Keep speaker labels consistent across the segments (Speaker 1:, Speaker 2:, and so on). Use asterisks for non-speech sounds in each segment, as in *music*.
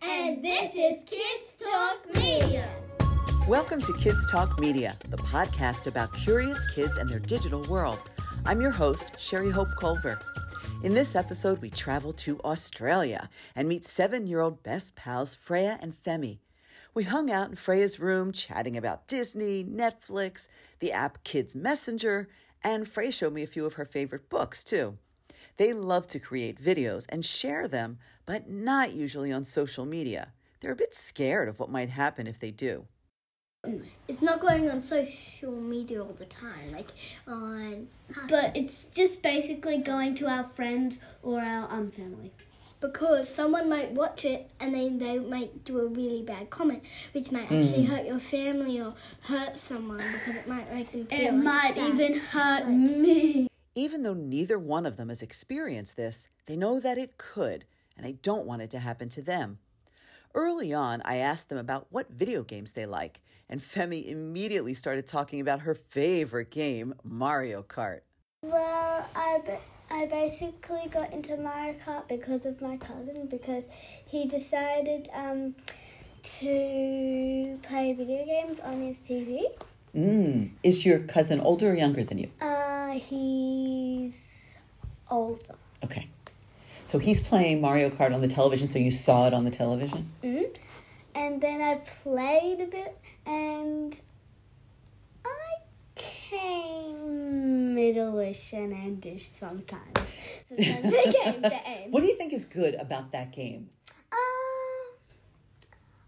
Speaker 1: This is Kids Talk Media.
Speaker 2: Welcome to Kids Talk Media, the podcast about curious kids and their digital world. I'm your host, Sherry Hope Culver. In this episode, we travel to Australia and meet seven year old best pals Freya and Femi. We hung out in Freya's room chatting about Disney, Netflix, the app Kids Messenger, and Freya showed me a few of her favorite books, too. They love to create videos and share them, but not usually on social media. They're a bit scared of what might happen if they do.
Speaker 1: It's not going on social media all the time, like on. But it's just basically going to our friends or our um, family. Because someone might watch it and then they might do a really bad comment, which might actually hurt your family or hurt someone because it might make them feel.
Speaker 3: It
Speaker 1: like
Speaker 3: might
Speaker 1: sad.
Speaker 3: even hurt me.
Speaker 2: Even though neither one of them has experienced this, they know that it could, and they don't want it to happen to them. Early on, I asked them about what video games they like, and Femi immediately started talking about her favorite game, Mario Kart.
Speaker 3: Well, I, ba- I basically got into Mario Kart because of my cousin because he decided um, to play video games on his TV.
Speaker 2: Mm. Is your cousin older or younger than you?
Speaker 3: Uh, he's older.
Speaker 2: Okay. So he's playing Mario Kart on the television, so you saw it on the television?
Speaker 3: mm And then I played a bit and I came middle-ish and endish sometimes. Sometimes I came to end.
Speaker 2: What do you think is good about that game?
Speaker 3: Um,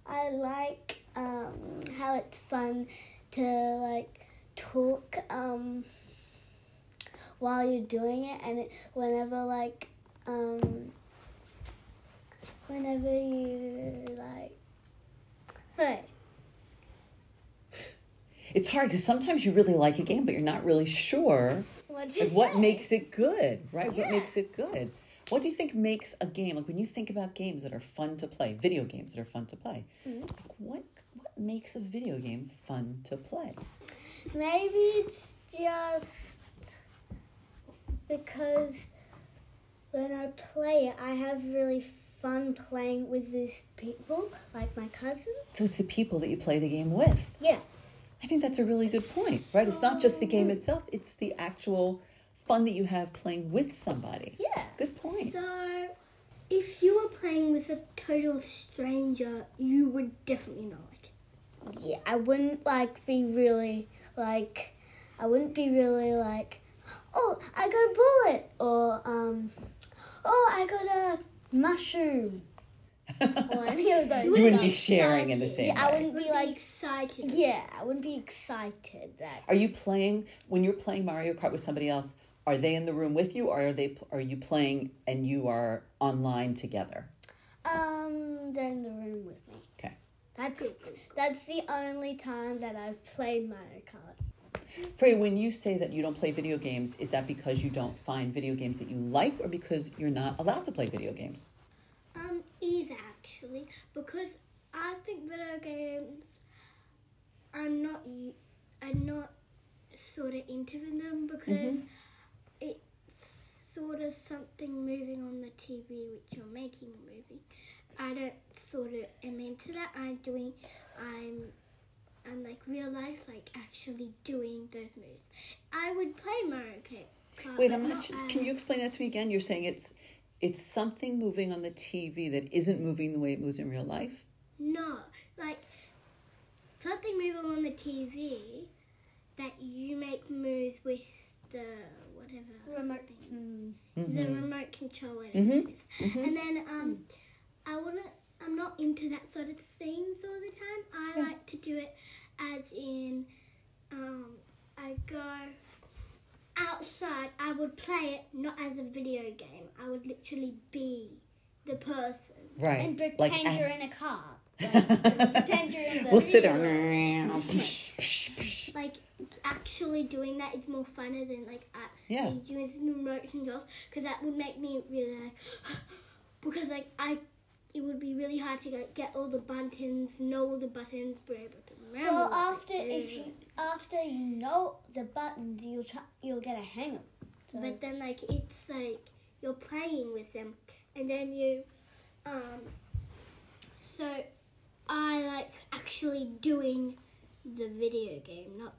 Speaker 3: I like um, how it's fun to like talk um, while you're doing it, and it, whenever like um, whenever you like, hey,
Speaker 2: It's hard because sometimes you really like a game, but you're not really sure.
Speaker 3: what's
Speaker 2: Like
Speaker 3: it
Speaker 2: what
Speaker 3: say?
Speaker 2: makes it good, right? What
Speaker 3: Yeah.
Speaker 2: makes it good? What do you think makes a game? Like when you think about games that are fun to play, video games that are fun to play,
Speaker 3: Mm-hmm.
Speaker 2: like what what makes a video game fun to play?
Speaker 3: Maybe it's just because when I play it, I have really fun playing with these people, like my cousin.
Speaker 2: So it's the people that you play the game with.
Speaker 3: Yeah.
Speaker 2: I think that's a really good point, right? It's not just the game
Speaker 3: Oh.
Speaker 2: itself; it's the actual fun that you have playing with somebody.
Speaker 3: Yeah.
Speaker 2: Good point.
Speaker 1: So, if you were playing with a total stranger, you would definitely not like it.
Speaker 3: Yeah, I wouldn't like be really like I wouldn't be really like oh, I got a bullet or um oh, I got a mushroom or any
Speaker 1: *laughs*
Speaker 3: of those.
Speaker 2: you wouldn't be
Speaker 3: things.
Speaker 2: sharing in the same
Speaker 3: yeah, I
Speaker 2: way.
Speaker 3: wouldn't be like
Speaker 1: excited.
Speaker 3: yeah, I wouldn't be excited that
Speaker 2: Are you playing when you're playing Mario Kart with somebody else? Are they in the room with you, or are they are you playing and you are online together?
Speaker 3: um they're in the room with me.
Speaker 2: Okay.
Speaker 3: That's that's the only time that I've played Mario Kart.
Speaker 2: Frey, when you say that you don't play video games, is that because you don't find video games that you like, or because you're not allowed to play video games?
Speaker 1: Um, either actually, because I think video games are not u- I'm not sort of into them because
Speaker 2: Mm-hmm.
Speaker 1: it's sort of something moving on the TV which you're making a movie. I don't sort of am into that. I'm doing I'm I'm like real life, like actually doing those moves. I would play Mario Kart.
Speaker 2: Wait,
Speaker 1: but
Speaker 2: I'm not.
Speaker 1: um,
Speaker 2: Can you explain that to me again? You're saying it's it's something moving on the TV that isn't moving the way it moves in real life.
Speaker 1: No, like something moving on the TV that you make moves with the whatever
Speaker 3: Remote.
Speaker 1: thing,
Speaker 3: Hmm.
Speaker 1: the remote control, whatever
Speaker 2: Mhm,
Speaker 1: it is. And then um, I wouldn't. I'm not into that sort of things all the time. I like to do it as in um, I go outside. I would play it not as a video game. I would literally be the person.
Speaker 2: Right.
Speaker 3: And pretend
Speaker 2: Like act-
Speaker 3: you're in a car.
Speaker 2: *laughs*
Speaker 3: pretend you're in the
Speaker 2: we'll sit there.
Speaker 1: like actually doing that is more funner than like actually
Speaker 2: Yeah.
Speaker 1: using remote controls because that would make me really like *gasps* because like I it would be really hard to like, get all the buttons, know all the buttons, be able to remember.
Speaker 3: Well,
Speaker 1: what they
Speaker 3: after if
Speaker 1: do.
Speaker 3: you after you know the buttons, you'll try, you'll get a hang of. So,
Speaker 1: but then like it's like you're playing with them, and then you um So I like actually doing the video game, not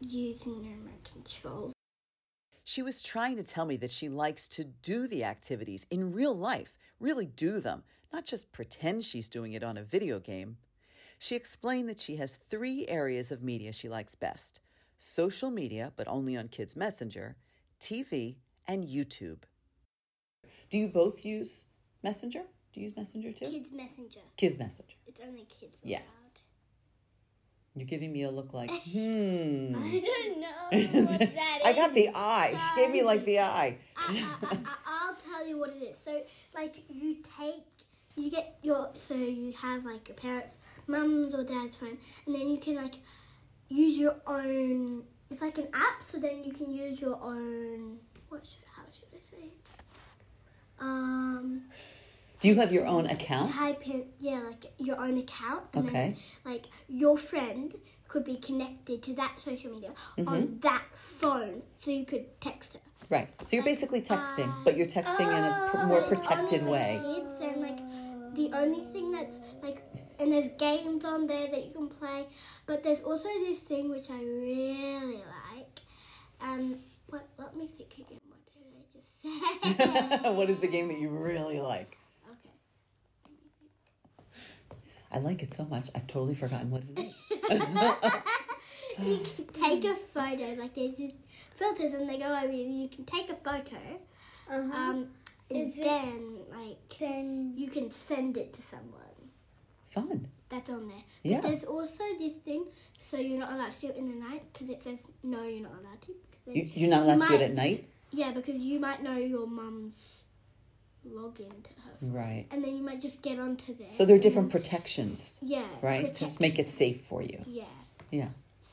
Speaker 1: using remote control.
Speaker 2: She was trying to tell me that she likes to do the activities in real life, really do them, not just pretend she's doing it on a video game. She explained that she has three areas of media she likes best social media, but only on Kids Messenger, TV, and YouTube. Do you both use Messenger? Do you use Messenger too?
Speaker 1: Kids Messenger.
Speaker 2: Kids Messenger.
Speaker 1: It's only kids
Speaker 2: Yeah.
Speaker 1: allowed.
Speaker 2: You're giving me a look
Speaker 3: *laughs*
Speaker 2: like, hmm. *laughs*
Speaker 3: *laughs* I don't know what Oh, that is.
Speaker 2: I got the eye. She gave me like the eye.
Speaker 1: I, I,
Speaker 2: *laughs*
Speaker 1: I, I'll tell you what it is. So, like, you take, you get your, so you have, like, your parents' mum's or dad's phone, and then you can, like, use your own, it's like an app, so then you can use your own, what should, how should I say? it? Um,
Speaker 2: Do you have your own account?
Speaker 1: type in, yeah, like, your own account. And
Speaker 2: Okay.
Speaker 1: Then, like, your friend could be connected to that social media
Speaker 2: Mm-hmm.
Speaker 1: on that phone, so you could text her.
Speaker 2: Right. So you're basically texting, but you're texting in a pr- more protected
Speaker 1: only
Speaker 2: *laughs* way.
Speaker 1: For kids and like the only thing that's like and there's games on there that you can play, but there's also this thing which I really like. Um, what? Let me think again. What did I just
Speaker 2: *laughs*
Speaker 1: say?
Speaker 2: what is the game that you really like?
Speaker 1: okay.
Speaker 2: I like it so much, I've totally forgotten what it *laughs* is.
Speaker 1: You can take a photo. Like there's these filters and they go over you. and You can take a photo.
Speaker 3: Uh-huh.
Speaker 1: Um, and
Speaker 3: Is it-
Speaker 1: then like
Speaker 3: then
Speaker 1: you can send it to someone.
Speaker 2: Fun.
Speaker 1: that's on there.
Speaker 2: Yeah.
Speaker 1: But there's also this thing, so you're not allowed to do it in the night because it says no, you're not allowed to. 'cause then-
Speaker 2: You, you're not allowed to do it at night?
Speaker 1: Yeah, because you might know your mum's login to her, phone.
Speaker 2: Right.
Speaker 1: and then you might just get onto there.
Speaker 2: Mm. So there are
Speaker 1: and
Speaker 2: different
Speaker 1: then-
Speaker 2: protections,
Speaker 1: yeah
Speaker 2: right? To
Speaker 1: protect-
Speaker 2: make it safe for you.
Speaker 1: yeah.
Speaker 2: Yeah.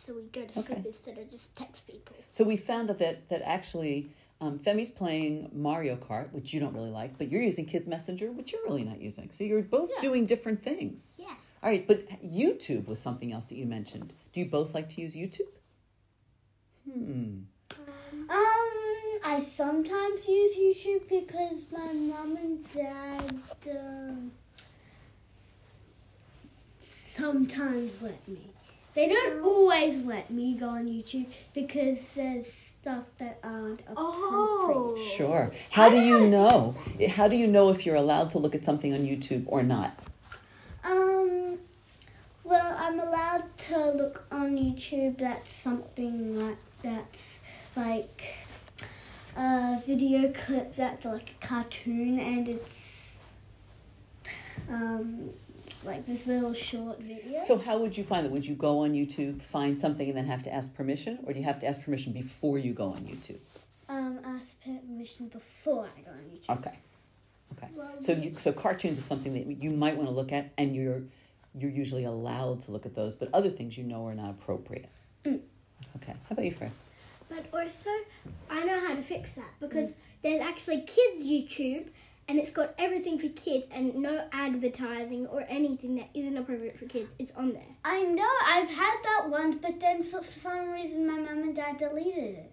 Speaker 1: So we go to
Speaker 2: Okay.
Speaker 1: sleep instead of just text people.
Speaker 2: So we found out that, that actually um, Femi's playing Mario Kart, which you don't really like, but you're using Kids Messenger, which you're really not using. So you're both doing different things.
Speaker 1: Yeah.
Speaker 2: All right, but YouTube was something else that you mentioned. Do you both like to use YouTube? Hmm,
Speaker 3: um I sometimes use YouTube because my mom and dad um, sometimes let me. They don't always let me go on YouTube because there's stuff that aren't appropriate.
Speaker 1: Oh.
Speaker 2: Sure. How do you know? Eh, How do you know if you're allowed to look at something on YouTube or not?
Speaker 3: Um, well, I'm allowed to look on YouTube. That's something like that's like a video clip that's like a cartoon, and it's um like this little short video.
Speaker 2: So how would you find that? Would you go on YouTube, find something, and then have to ask permission, or do you have to ask permission before you go on YouTube?
Speaker 3: um, I asked permission before I go on YouTube.
Speaker 2: Okay. Okay. So you, so cartoons is something that you might want to look at, and you're you're usually allowed to look at those, but other things you know are not appropriate. Okay. How about you, Fran?
Speaker 1: But also, I know how to fix that because there's actually kids YouTube, and it's got everything for kids and no advertising or anything that isn't appropriate for kids. It's on there.
Speaker 3: I know I've had that once, but then for for some reason my mum and dad deleted it.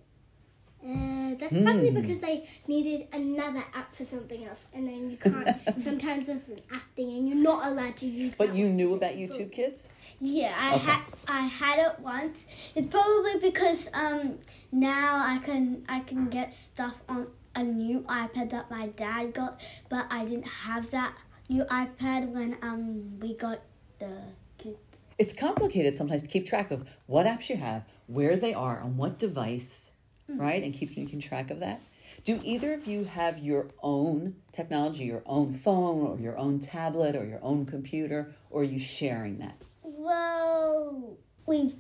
Speaker 1: Uh, that's probably
Speaker 2: Hmm.
Speaker 1: because they needed another app for something else, and then you
Speaker 2: *laughs*
Speaker 1: can't. sometimes there's an app thing, and you're not allowed to use.
Speaker 2: But
Speaker 1: that
Speaker 2: you
Speaker 1: one.
Speaker 2: knew about YouTube Kids.
Speaker 3: Yeah, I
Speaker 2: Okay.
Speaker 3: had I had it once. It's probably because um now I can I can get stuff on a new iPad that my dad got, but I didn't have that new iPad when um we got the kids.
Speaker 2: it's complicated sometimes to keep track of what apps you have, where they are, on what device,
Speaker 3: Mm-hmm.
Speaker 2: right? And keep keeping track of that. Do either of you have your own technology, your own phone, or your own tablet, or your own computer, or are you sharing that?
Speaker 3: Well, we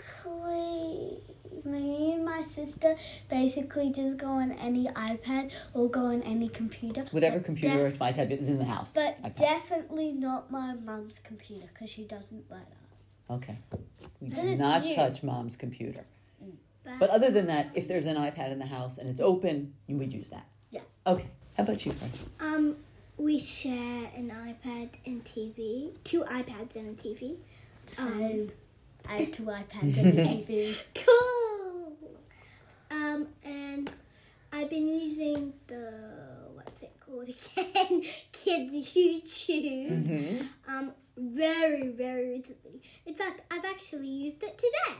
Speaker 3: basically me and my sister basically just go on any iPad or go on any computer.
Speaker 2: Whatever
Speaker 3: but
Speaker 2: computer
Speaker 3: def-
Speaker 2: or my tablet is in the house.
Speaker 3: but
Speaker 2: iPad.
Speaker 3: definitely not my mum's computer because she doesn't let us.
Speaker 2: okay. We
Speaker 3: Then
Speaker 2: do
Speaker 3: it's
Speaker 2: not
Speaker 3: you.
Speaker 2: touch mom's computer.
Speaker 1: But-
Speaker 2: But other than that, if there's an iPad in the house and it's open, you would use that.
Speaker 3: Yeah.
Speaker 2: Okay. How about you, Fred?
Speaker 1: Um, we share an iPad and TV, two iPads and a TV.
Speaker 3: So I have two iPads
Speaker 2: *laughs*
Speaker 3: and a TV.
Speaker 1: Cool. Um, and I've been using the what's it called? Again *laughs* Kids YouTube.
Speaker 2: Mm-hmm.
Speaker 1: Um, very, very recently. In fact, I've actually used it today.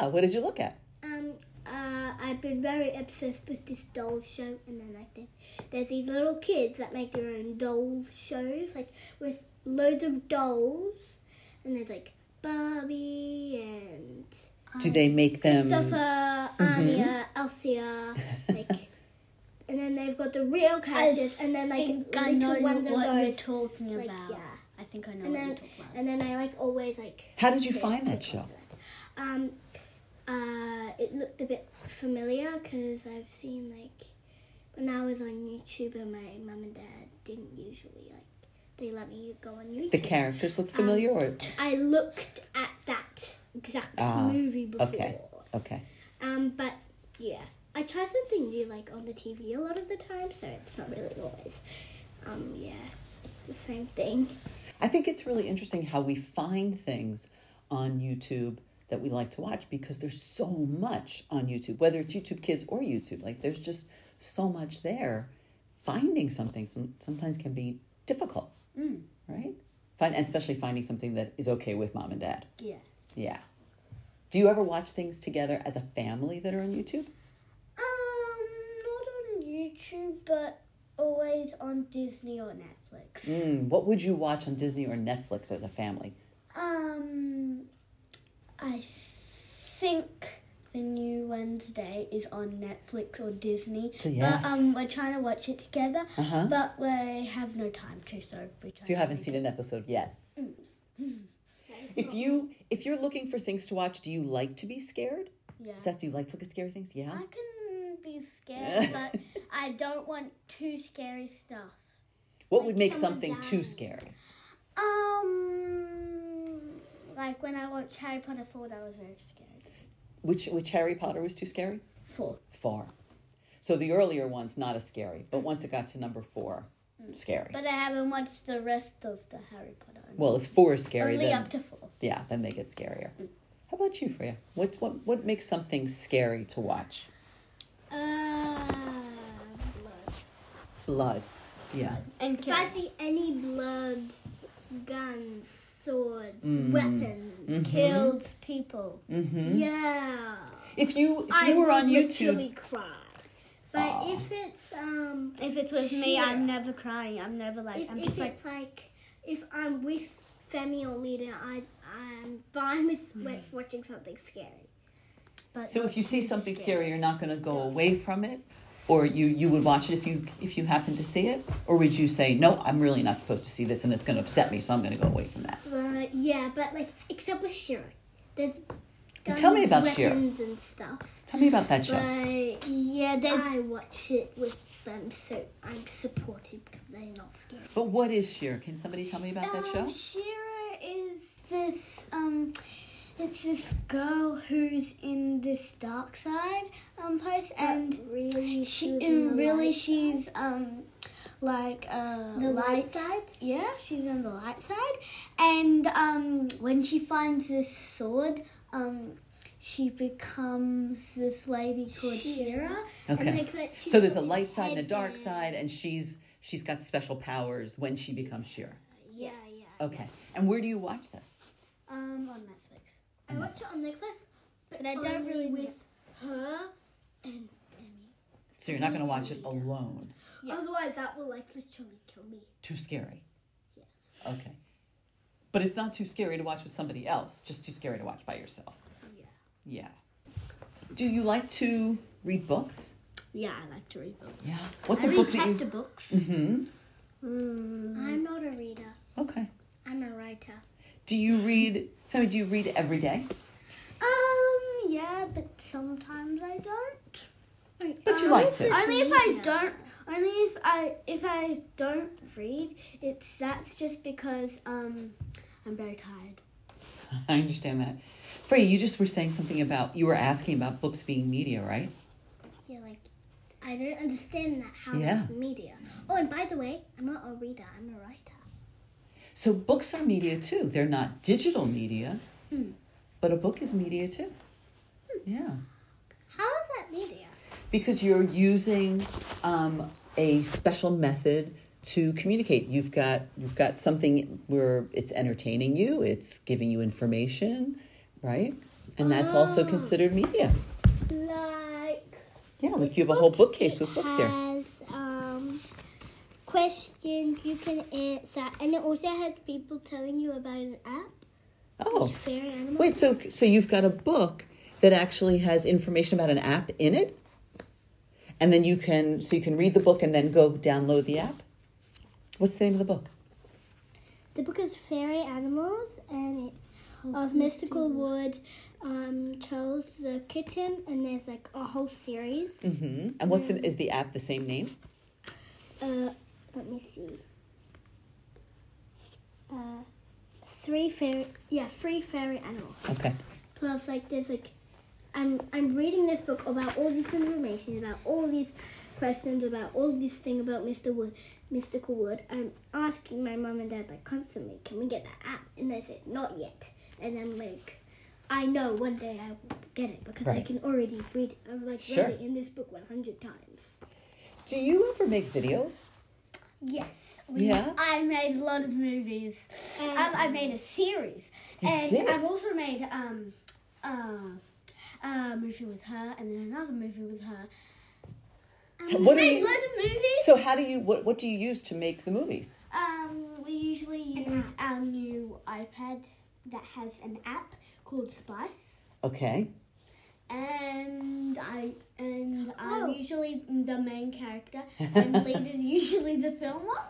Speaker 2: Ah, what did you look at?
Speaker 1: Um, uh, I've been very obsessed with this doll show, and then like this, there's these little kids that make their own doll shows, like with loads of dolls, and there's like Barbie and
Speaker 2: Do
Speaker 3: Um,
Speaker 2: they make them?
Speaker 1: Christopher,
Speaker 2: Mm-hmm.
Speaker 1: Anya,
Speaker 2: *laughs*
Speaker 1: Elsia, like, and then they've got the real characters, and then like
Speaker 3: think I know
Speaker 1: little ones of
Speaker 3: what you're
Speaker 1: those,
Speaker 3: talking
Speaker 1: like
Speaker 3: about.
Speaker 1: yeah.
Speaker 3: I think I know
Speaker 1: And
Speaker 3: what you're
Speaker 1: then,
Speaker 3: talking about.
Speaker 1: and then I like always like
Speaker 2: How did you find that show?
Speaker 1: Um, uh, it looked a bit familiar because I've seen like when I was on YouTube and my mum and dad didn't usually like they let me go on YouTube.
Speaker 2: The characters look familiar, or
Speaker 1: I looked at that exact
Speaker 2: Ah,
Speaker 1: movie before.
Speaker 2: okay. okay,
Speaker 1: Um, but yeah, I try something new like on the TV a lot of the time, so it's not really always. Um, yeah, the same thing.
Speaker 2: I think it's really interesting how we find things on YouTube that we like to watch because there's so much on YouTube, whether it's YouTube Kids or YouTube. Like there's just so much there. Finding something some, sometimes can be difficult,
Speaker 3: Mm.
Speaker 2: right? Find, and especially finding something that is okay with mom and dad.
Speaker 3: Yes.
Speaker 2: Yeah. Do you ever watch things together as a family that are on YouTube?
Speaker 3: Um, not on YouTube, but always on Disney or Netflix.
Speaker 2: Mm, what would you watch on Disney or Netflix as a family?
Speaker 3: Um, I think the new Wednesday is on Netflix or Disney.
Speaker 2: Yes.
Speaker 3: But um, we're trying to watch it together,
Speaker 2: Uh-huh.
Speaker 3: but we have no time to, so we.
Speaker 2: So you haven't seen an episode yet. If you if you're looking for things to watch, do you like to be scared?
Speaker 3: Yeah.
Speaker 2: Is that do you like to look at scary things? Yeah.
Speaker 3: I can be scared,
Speaker 2: Yeah. *laughs*
Speaker 3: but I don't want too scary stuff.
Speaker 2: What would make
Speaker 1: someone
Speaker 2: something
Speaker 1: died.
Speaker 2: too scary?
Speaker 3: Um, like when I watched Harry Potter four, that was very scary.
Speaker 2: Which which Harry Potter was too scary?
Speaker 3: Four.
Speaker 2: Four. So the earlier one's not as scary, but once it got to number four, scary.
Speaker 3: But I haven't watched the rest of the Harry Potter.
Speaker 2: well, if four is scary,
Speaker 3: Only
Speaker 2: then
Speaker 3: up to four.
Speaker 2: yeah, then they get scarier. How about you, Freya? What what what makes something scary to watch?
Speaker 1: Uh, blood.
Speaker 2: Blood. Yeah.
Speaker 3: And
Speaker 1: If I see any blood, guns, swords,
Speaker 2: Mm.
Speaker 1: weapons,
Speaker 3: killed people.
Speaker 1: yeah,
Speaker 2: Mm-hmm. If you if
Speaker 1: I
Speaker 2: you were
Speaker 1: will
Speaker 2: on YouTube,
Speaker 1: literally cry. But
Speaker 2: Aw.
Speaker 1: if it's um,
Speaker 3: If it's with me,
Speaker 1: Sure.
Speaker 3: I'm never crying. I'm never like.
Speaker 1: if,
Speaker 3: I'm
Speaker 1: if
Speaker 3: just
Speaker 1: it's
Speaker 3: like.
Speaker 1: like, if I'm with Femi or Lita, I I'm fine with
Speaker 3: Mm.
Speaker 1: with watching something scary.
Speaker 3: But
Speaker 2: so if you see something
Speaker 3: scary.
Speaker 2: scary, you're not going to go away from it, or you you would watch it if you if you happen to see it, or would you say no, I'm really not supposed to see this and it's going to upset me, so I'm going to go away from that.
Speaker 1: But yeah, but like except with Shiro, there's guns,
Speaker 2: Tell me about Shiro.
Speaker 1: weapons and stuff.
Speaker 2: Tell me about that show.
Speaker 1: But
Speaker 3: yeah, they
Speaker 1: I watch it with them, so I'm supported because they're not scared.
Speaker 2: But what is Sheer? Can somebody tell me about that show?
Speaker 3: Um, Shira is this um, it's this girl who's in this dark side um place, and
Speaker 1: really,
Speaker 3: she
Speaker 1: Uh, was
Speaker 3: and
Speaker 1: the
Speaker 3: really
Speaker 1: light
Speaker 3: she's um like uh
Speaker 1: The light
Speaker 3: lights-
Speaker 1: side?
Speaker 3: Yeah, she's on the light side, and um when she finds this sword um. She becomes this lady called Shira.
Speaker 1: side. And,
Speaker 2: Okay.
Speaker 1: like, that she's
Speaker 2: So there's a
Speaker 1: got
Speaker 2: light
Speaker 1: this
Speaker 2: side and a dark
Speaker 1: headband.
Speaker 2: side, and she's she's got special powers when she becomes Sheer.
Speaker 1: Yeah, yeah.
Speaker 2: Okay. And where do you watch this?
Speaker 3: Um, on Netflix.
Speaker 1: I watch it on Netflix, but,
Speaker 3: But I don't
Speaker 1: only
Speaker 3: really
Speaker 1: with her and Emmy.
Speaker 2: So you're not going to watch it alone.
Speaker 3: Yeah.
Speaker 1: Otherwise, that will like literally kill me.
Speaker 2: Too scary.
Speaker 1: Yes.
Speaker 2: Okay. But it's not too scary to watch with somebody else, just too scary to watch by yourself.
Speaker 1: Yeah.
Speaker 2: Yeah. Do you like to read books?
Speaker 3: Yeah, I like to read books.
Speaker 2: Yeah. What's a
Speaker 3: I read
Speaker 2: book that
Speaker 3: chapter
Speaker 2: you
Speaker 3: books.
Speaker 2: Mhm.
Speaker 3: Mm.
Speaker 1: I'm not a reader.
Speaker 2: Okay.
Speaker 1: I'm a writer.
Speaker 2: Do you read Femi, do you read every day? *laughs*
Speaker 3: Um, yeah, but sometimes I don't.
Speaker 2: But
Speaker 1: Uh,
Speaker 2: you like to.
Speaker 3: Only if I don't. Only if I if I don't read, it's that's just because um I'm very tired.
Speaker 2: I understand that. Freya, you just were saying something about you were asking about books being media, right?
Speaker 1: Yeah, like I don't understand that how
Speaker 2: Yeah.
Speaker 1: it's media. Oh, and by the way, I'm not a reader. I'm a writer.
Speaker 2: So books are media too. They're not digital media, but a book is media too. Yeah.
Speaker 1: How is that media?
Speaker 2: because you're using um, a special method to communicate. You've got you've got something where it's entertaining you, it's giving you information, right? And that's also considered media.
Speaker 1: Like
Speaker 2: Yeah, like you have a whole bookcase with books here.
Speaker 1: Has um, questions you can answer, and it also has people telling you about an app.
Speaker 2: Oh,
Speaker 1: It's Fairy animals.
Speaker 2: wait. So so you've got a book that actually has information about an app in it, and then you can so you can read the book and then go download the app. What's the name of the book?
Speaker 1: The book is Fairy Animals, and it's of Mystical Wood, um, Charles the Kitten, and there's like a whole series.
Speaker 2: hmm And what's in, is the app the same name?
Speaker 1: Uh, let me see. Uh, three fairy, yeah, three fairy animals.
Speaker 2: Okay.
Speaker 1: Plus, like, there's like, I'm I'm reading this book about all this information, about all these questions, about all this thing about Mr. Wood, Mystical Wood. I'm asking my mom and dad like constantly, can we get that app? And they say not yet. And I'm like, I know one day I will get it because I
Speaker 2: Right.
Speaker 1: can already read. I've like
Speaker 2: Sure.
Speaker 1: read it in this book 100 times.
Speaker 2: Do you ever make videos?
Speaker 3: Yes. We,
Speaker 2: Yeah?
Speaker 3: I made a lot of movies. Um, I made a series.
Speaker 2: You
Speaker 3: and
Speaker 2: did?
Speaker 3: I've also made um, uh, a movie with her and then another movie with her.
Speaker 2: What do
Speaker 3: made
Speaker 2: you-
Speaker 3: loads of movies.
Speaker 2: So how do you what what do you use to make the movies?
Speaker 3: um, we usually use our new iPad that has an app called Spice.
Speaker 2: Okay.
Speaker 3: And I and I'm
Speaker 1: Oh.
Speaker 3: usually the
Speaker 2: *laughs*
Speaker 3: main character, and lead is usually the filmer.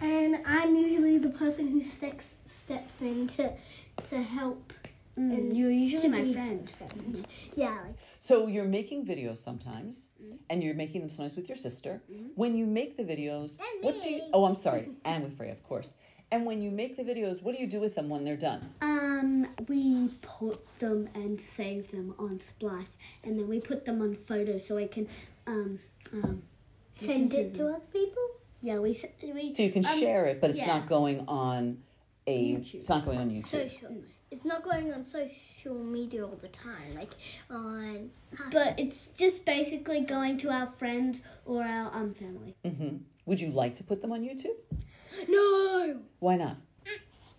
Speaker 1: And I'm usually the person who steps steps in to to help.
Speaker 3: And Mm, you're usually my
Speaker 1: be-
Speaker 3: friend.
Speaker 1: Yeah, like
Speaker 2: So you're making videos sometimes and you're making them sometimes with your sister. When you make the videos, what do you
Speaker 1: me.
Speaker 2: Oh, I'm sorry. and with Freya, of course. And when you make the videos, what do you do with them when they're done?
Speaker 3: Um, we put them and save them on Splice, and then we put them on photos so I can, um, um,
Speaker 1: send it
Speaker 3: listen
Speaker 1: to other people.
Speaker 3: Yeah, we s- we.
Speaker 2: So you can
Speaker 3: um,
Speaker 2: share it, but it's
Speaker 3: yeah.
Speaker 2: not going on a
Speaker 3: YouTube.
Speaker 2: it's not going on YouTube.
Speaker 1: Social. It's not going on social media all the time, like on.
Speaker 3: But it's just basically going to our friends or our um family.
Speaker 2: hmm Would you like to put them on YouTube?
Speaker 1: No,
Speaker 2: Why not?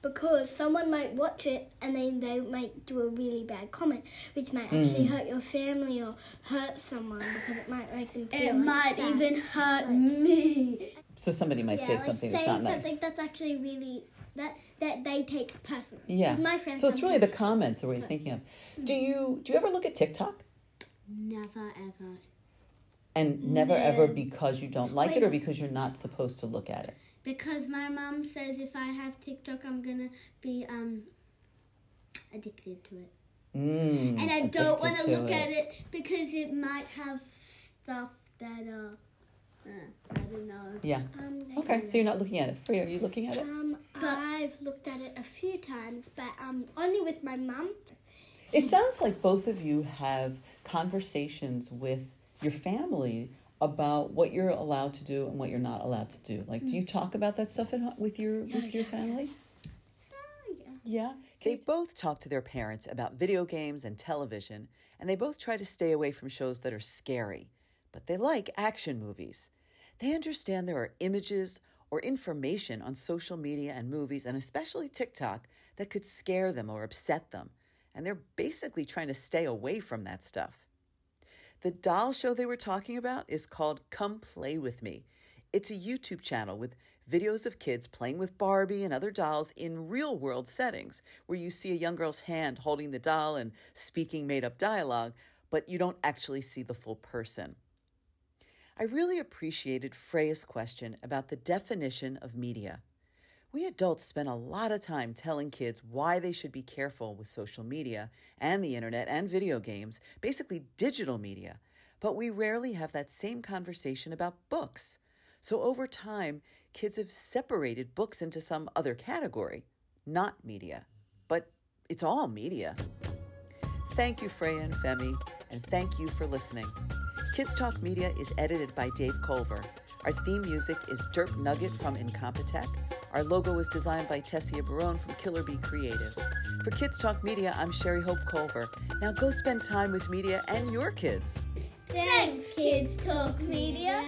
Speaker 1: because someone might watch it and then they might do a really bad comment, which might
Speaker 2: Mm.
Speaker 1: actually hurt your family or hurt someone because it might make them feel.
Speaker 3: It
Speaker 1: like
Speaker 3: might
Speaker 1: sad.
Speaker 3: even hurt me.
Speaker 2: So somebody might
Speaker 1: Yeah,
Speaker 2: say
Speaker 1: like
Speaker 2: something
Speaker 1: saying
Speaker 2: that's not nice.
Speaker 1: something that's actually really that that they take personally.
Speaker 2: yeah.
Speaker 1: my friends.
Speaker 2: so it's really the
Speaker 1: sometimes-
Speaker 2: comments that we're thinking of. Do
Speaker 3: Mm-hmm.
Speaker 2: you do you ever look at TikTok?
Speaker 3: Never ever.
Speaker 2: And never ever
Speaker 3: Yeah.
Speaker 2: because you don't like
Speaker 1: Wait,
Speaker 2: it or
Speaker 1: no.
Speaker 2: because you're not supposed to look at it.
Speaker 3: Because my mum says if I have TikTok, I'm gonna be um addicted to it.
Speaker 2: Mm,
Speaker 3: and I don't want to
Speaker 2: addicted
Speaker 3: look at it because it might have stuff that are, uh, I don't know.
Speaker 2: Yeah.
Speaker 1: Um, they
Speaker 2: Okay. So you're not looking at it. Free, are you looking at it?
Speaker 1: Um, I've looked at it a few times, but um, only with my mum.
Speaker 2: It sounds like both of you have conversations with your family about what you're allowed to do and what you're not allowed to do. Like,
Speaker 3: Mm.
Speaker 2: do you talk about that stuff at, ho- with your with your family?
Speaker 3: So yeah.
Speaker 2: Yeah. They both talk to their parents about video games and television, and they both try to stay away from shows that are scary, but they like action movies. They understand there are images or information on social media and movies, and especially TikTok, that could scare them or upset them, and they're basically trying to stay away from that stuff. The doll show they were talking about is called Come Play With Me. It's a YouTube channel with videos of kids playing with Barbie and other dolls in real world settings where you see a young girl's hand holding the doll and speaking made up dialogue, but you don't actually see the full person. I really appreciated Freya's question about the definition of media. We adults spend a lot of time telling kids why they should be careful with social media and the internet and video games, basically digital media, but we rarely have that same conversation about books. So over time, kids have separated books into some other category, not media, but it's all media. Thank you, Freya and Femi, and thank you for listening. Kids Talk Media is edited by Dave Culver. Our theme music is Derp Nugget from Incompetech. Our logo is designed by Tessia Barone from Killer Bee Creative. For Kids Talk Media, I'm Sherry Hope Culver. Now go spend time with media and your kids.
Speaker 1: Thanks,
Speaker 3: Kids Talk Media.